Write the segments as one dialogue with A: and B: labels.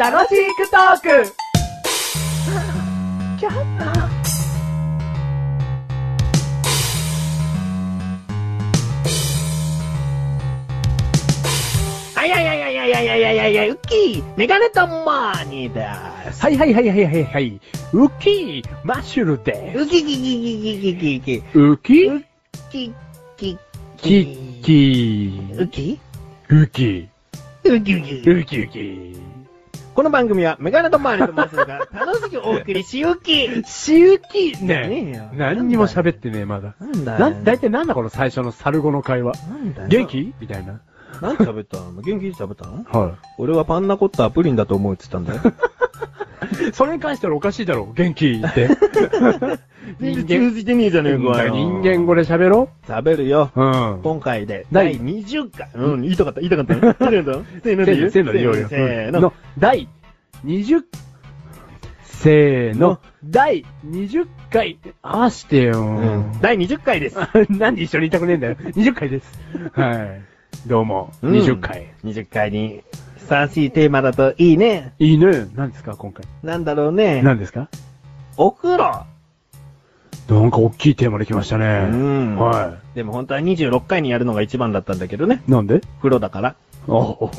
A: 楽しくトーク
B: あいやいやいやいやいやいやいやいやいや、ウッキー、メガネとマーニーです。
C: はいはいはいはいはいはい。ウッキー、マッシュルで
B: ウキキキキキキキキ。
C: す。ウキ
B: ウキキ
C: キッキ
B: ウ
C: ー。
B: キ
C: ウキ、
B: ウキウキ
C: ウキウキ。
B: この番組はメガネとマーニーとマスが楽しくお送りし、ウキ
C: シウキ
B: ねえよ
C: ね何にも喋ってねえ、まだ。
B: なんだ
C: な、だいたいなんだこの最初の猿語の会話。
B: なんだ
C: 元気みたいな。
B: 何食べたの元気に食べたの
C: は
B: 俺はパンナコッタはプリンだと思うって言ったんだよ。
C: い。それに関してはおかしいだろ、元気って。
B: 全然通じてねえじゃねえか
C: 人
B: よ。
C: 間語で喋ろ
B: 食べるよ。
C: う。うん。
B: 今回で第
C: 第
B: 20回。うん、言いたかった、言いたか った。せーの、せーので言う、
C: せーので言おうよ。
B: せーの。
C: の、第20、せーの、第20回、合わしてよ。
B: うん第20回です。
C: なんで一緒にいたくねえんだよ。20回です。はい。どうも、
B: うん
C: 20回。
B: 20回に、ふさわしいテーマだといいね。
C: いいね。何ですか、今回。
B: なんだろうね。
C: 何ですか
B: お風呂。
C: なんか大きいテーマできましたね。
B: ん
C: は
B: でも本当は26回にやるのが一番だったんだけどね。
C: い。なんで
B: 風呂だから。
C: あお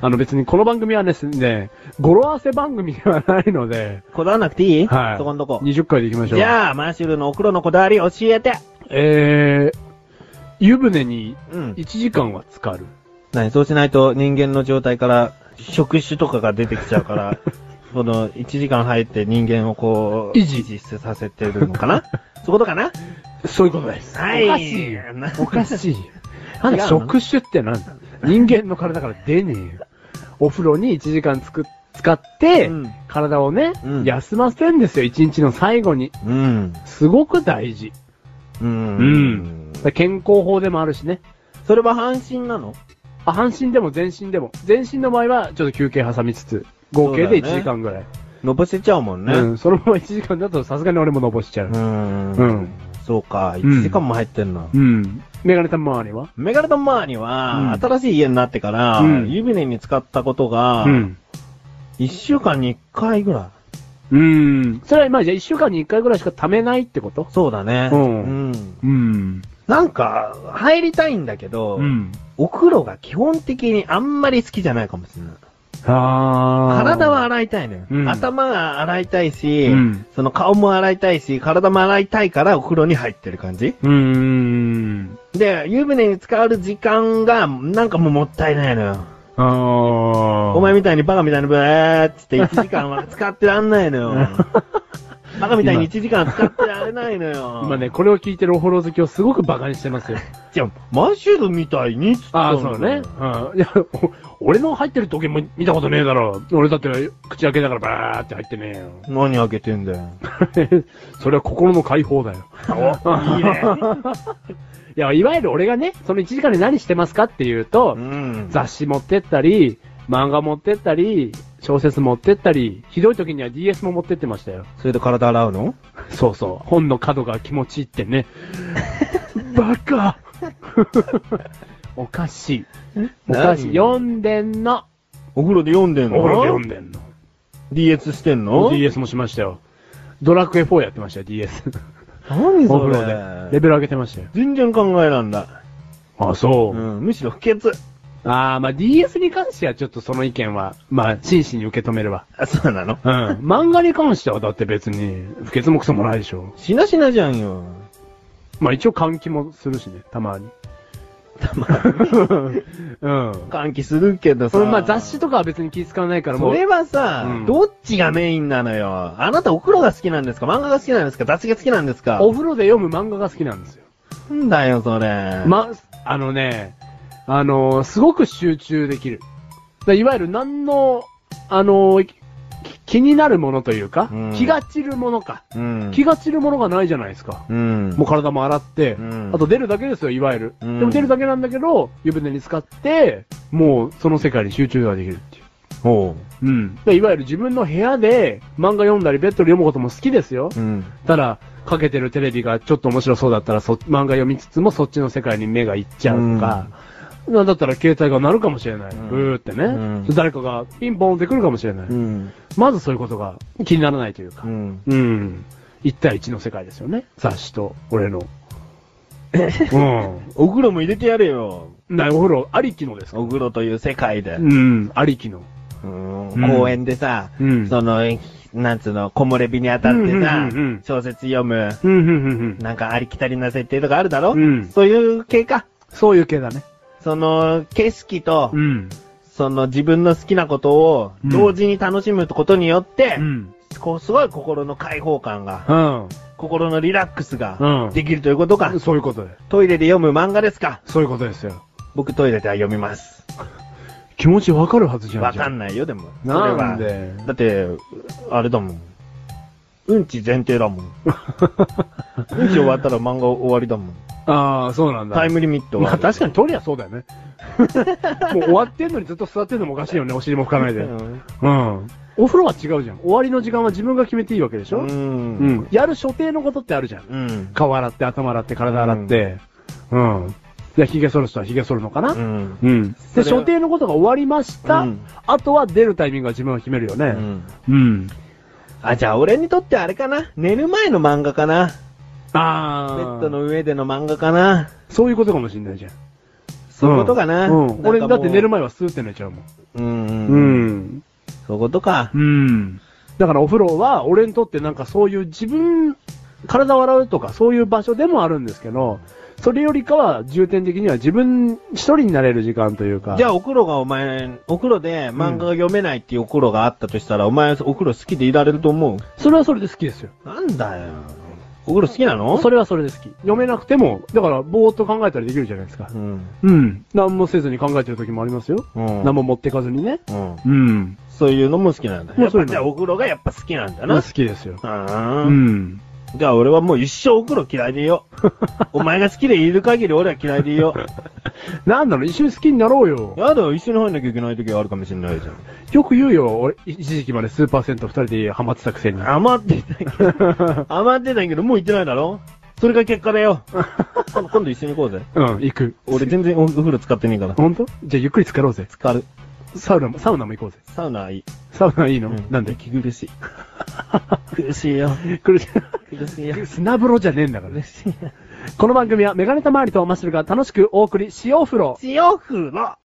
C: あの別にこの番組はですね、語呂合わせ番組ではないので、
B: こだわなくていい
C: はい。
B: そこんとこ。
C: 20回でいきましょう。
B: じゃあ、マーシュルのお風呂のこだわり教えて。
C: えー、湯船に
B: うん
C: 1。時間は浸かる。
B: 何そうしないと人間の状態から、触手とかが出てきちゃう から、この1時間入って人間をこう、
C: 維持
B: させてるのか なそういうことかな
C: そういうことです
B: はい。
C: おかしいよ。
B: な
C: おかしい。 なんだ、
B: 違うの
C: 触手ってなんだ人間の体から出ねえよ。お風呂に1時間つく、使って、
B: うん
C: 体をね、
B: うん
C: 休ませるんですよ、1日の最後に。
B: うん。
C: すごく大事。
B: うん。
C: うん健康法でもあるしね。
B: それは半身なの
C: あ半身でも全身でも。全身の場合は、ちょっと休憩挟みつつ、合計で
B: そうだよね
C: 1時間ぐらい。
B: のぼせちゃうもんね。
C: うん、そのまま1時間だとさすがに俺ものぼしちゃう。
B: ん
C: うん
B: そうか、
C: うん
B: 1時間も入ってんな。
C: うん。メガネた周りは
B: メガネとマーニは、
C: うん
B: 新しい家になってから、
C: うん
B: 湯船に使ったことが、
C: うん。
B: 1週間に1回ぐら
C: うん。それはまあじゃあ1週間に1回ぐらいしか貯めないってこと
B: い。そうだね。
C: うん
B: うん
C: うん。
B: なんか、入りたいんだけど、
C: うん。
B: お風呂が基本的にあんまり好きじゃないかもしれない。
C: あー
B: 体は洗いたいのよ。
C: うん
B: 頭が洗いたいし、
C: うん
B: その顔も洗いたいし、体も洗いたいからお風呂に入ってる感じ
C: うーん。
B: で、湯船に使う時間が、なんかもうもったいないのよ。
C: ああ。
B: お前みたいにバカみたいにブーっつって1時間は使ってらんないのよ。 バカみたいに1時間は使ってられないのよ。
C: 今ね、これを聞いてるおほろ好きをすごく馬鹿にしてますよ。
B: じゃあ、マッシュルみたいにっつった
C: ああ、
B: の
C: そうね。うん。いや、お俺の入ってる時計も見たことねえだろ。俺だって口開けながらバーって入ってね
B: 何開けてんだ よ。
C: えよ。 それは心の解放だよ。
B: いいね。
C: いや、いわゆる俺がね、その1時間で何してますかっていうと、
B: うん。
C: 雑誌持ってったり、漫画持ってったり、小説持ってったり、ひどい時には DS も持ってってましたよ。
B: それで体洗うの
C: そうそう。本の角が気持ちいいって ね。バ カおかしい。おかしい。
B: 何
C: 読んでんの。
B: お風呂で読んでんの
C: お風呂で読んでんの。
B: DS してんの
C: DS もしましたよ。ドラクエ4やってましたよ、DS。
B: 何
C: お
B: そ
C: 風
B: れ
C: 呂で。レベル上げてましたよ。
B: 全然考えらんだ。
C: あ、そうう。
B: ん。むしろ不潔。
C: あー、まあ DS に関してはちょっとその意見は、まあ真摯に受け止めるわ。
B: あ、そうなの
C: うん。漫画に関してはだって別に、不潔もクソもないでしょ。
B: しなしなじゃんよ。
C: まあ一応換気もするしね、たまに。
B: たま
C: うん。
B: 換気するけどさ。
C: それまあ雑誌とかは別に気使わないからも。
B: そうれはさ、
C: うん
B: どっちがメインなのよ。あなたお風呂が好きなんですか漫画が好きなんですか雑誌が好きなんですか
C: お風呂で読む漫画が好きなんですよ。
B: なんだよ、それ。、
C: ま、あのね、あのーすごく集中できる。だいわゆる何の、あのーき気になるものというか、
B: うん
C: 気が散るものか。
B: うん。
C: 気が散るものがないじゃないですか。
B: うん。
C: もう体も洗って、
B: うん
C: あと出るだけですよ、いわゆる。
B: うん
C: でも出るだけなんだけど、湯船に使って、もうその世界に集中ができるっていう。
B: ほ
C: うん。でいわゆる自分の部屋で漫画読んだり、ベッドで読むことも好きですよ。
B: う。うん。
C: ただ、かけてるテレビがちょっと面白そうだったらそ、漫画読みつつもそっちの世界に目がいっちゃうとか、なんだったら携帯が鳴るかもしれない。
B: うん
C: ブーってね、
B: うん
C: 誰かがピンポンって来るかもしれない。
B: うん。
C: まずそういうことが気にならないというか
B: う。ん。
C: うん。一対一の世界ですよね。雑誌と俺 の。う
B: お風呂も入れてやれよ。
C: ん。なお風呂ありきのですか
B: お風呂という世界で。
C: うん、ありきの。
B: うん
C: うん
B: 公園でさ、
C: うん
B: その、なんつうの、木漏れ日に当たって
C: う
B: さ
C: んうんうんうん、
B: 小説読む、
C: うん、うん、うん
B: なんかありきたりな設定とかあるだろ
C: うん。うん。
B: そういう系か。
C: そういう系だね。
B: その、景色と、
C: うん。
B: その自分の好きなことを
C: うん
B: 同時に楽しむことによって
C: う、ん。
B: こう、すごい心の解放感が、
C: うん。
B: 心のリラックス
C: う
B: が
C: ん
B: できるということか。
C: そういうことで。
B: トイレで読む漫画ですか
C: そういうことですよ。
B: 僕トイレでは読みます。
C: 気持ちわかるはずじゃん。
B: わかん
C: な
B: ないよ、でも。
C: な
B: そ
C: ん
B: れは
C: で
B: だって、あれだもん。うんち前提だもん。うんち終わったら漫画終わりだもん。
C: ああ、 そうなんだ。
B: タイムリミットは。
C: まあ確かにトイレはそうだ よね。もう終わってんのにずっと座ってんのもおかしいよね、お尻も拭かないで。うん。
B: うん
C: お風呂は違うじゃん。終わりの時間は自分が決めていいわけでしょ、
B: うん。
C: う。ん。やる所定のことってあるじゃん。
B: うん。
C: 顔洗って、頭洗って、体洗って。うん。じゃあ、髭剃る人は髭剃るのかな、
B: うん。
C: うん。で、
B: それは
C: 所定のことが終わりました。
B: うん
C: あとは出るタイミングは自分が決めるよ
B: う
C: ね。
B: ん。
C: うん。
B: あ、じゃあ俺にとってあれかな寝る前の漫画かなベ
C: ああ。
B: ッドの上での漫画かな
C: そういうことかもしんないじゃん。
B: そういうことかな
C: うん。
B: なんかもう
C: 俺、だって寝る前はスーって寝ちゃうもん。
B: うん。
C: う
B: うん。
C: ん。
B: そういうことか。
C: うん。だからお風呂は、俺にとってなんかそういう自分、体を洗うとかそういう場所でもあるんですけど、それよりかは重点的には自分一人になれる時間というか。
B: じゃ
C: あ、
B: あお風呂がお前、お風呂で漫画が読めないっていうお風呂があったとしたら、お前お風呂好きでいられると思う
C: それはそれで好きですよ。
B: なんだよ。お風呂好きなの
C: それはそれで好き。読めなくても、だからぼーっと考えたりできるじゃないですか。
B: うん。
C: うん。何もせずに考えてる時もありますよ。
B: うん
C: 何も持ってかずにね。
B: うん。
C: うん。
B: そういうのも好きなんだ。
C: まあ
B: やっ
C: そう
B: ぱ
C: いうの
B: じゃあお風呂がやっぱ好きなんだ
C: まあ
B: な。
C: 好きですよ。
B: あー
C: うん。
B: じゃあ俺はもう一生お風呂嫌いでいよ う。お前が好きでいる限り俺は嫌いでいよ
C: なんだろう、一緒に好きになろうよ
B: う。。やだよ、一緒に入んなきゃいけない時があるかもしれないじゃ
C: よく言うよ。俺、一時期までスーパーセント二人でハマってたくせに。
B: ん。余ってたけど、余ってたけどもう行ってないだろそれが結果だよ。今度今度一緒に行こうぜ。
C: うん、行く。
B: 俺全然お風呂使ってねえから。
C: ほんとじゃあゆっくり浸かろうぜ。
B: 浸かる。
C: サウナも、サウナも行こうぜ。
B: サウナいい。
C: サウナいいの、なんで
B: 息苦しい。苦し いよ。
C: 苦し
B: 苦しいよ
C: い。。砂風呂じゃねえんだから
B: 苦
C: ね。
B: しいよ。
C: この番組はメガネたまわりとマッシュルが楽しくお送り、しよう風呂。
B: 塩風呂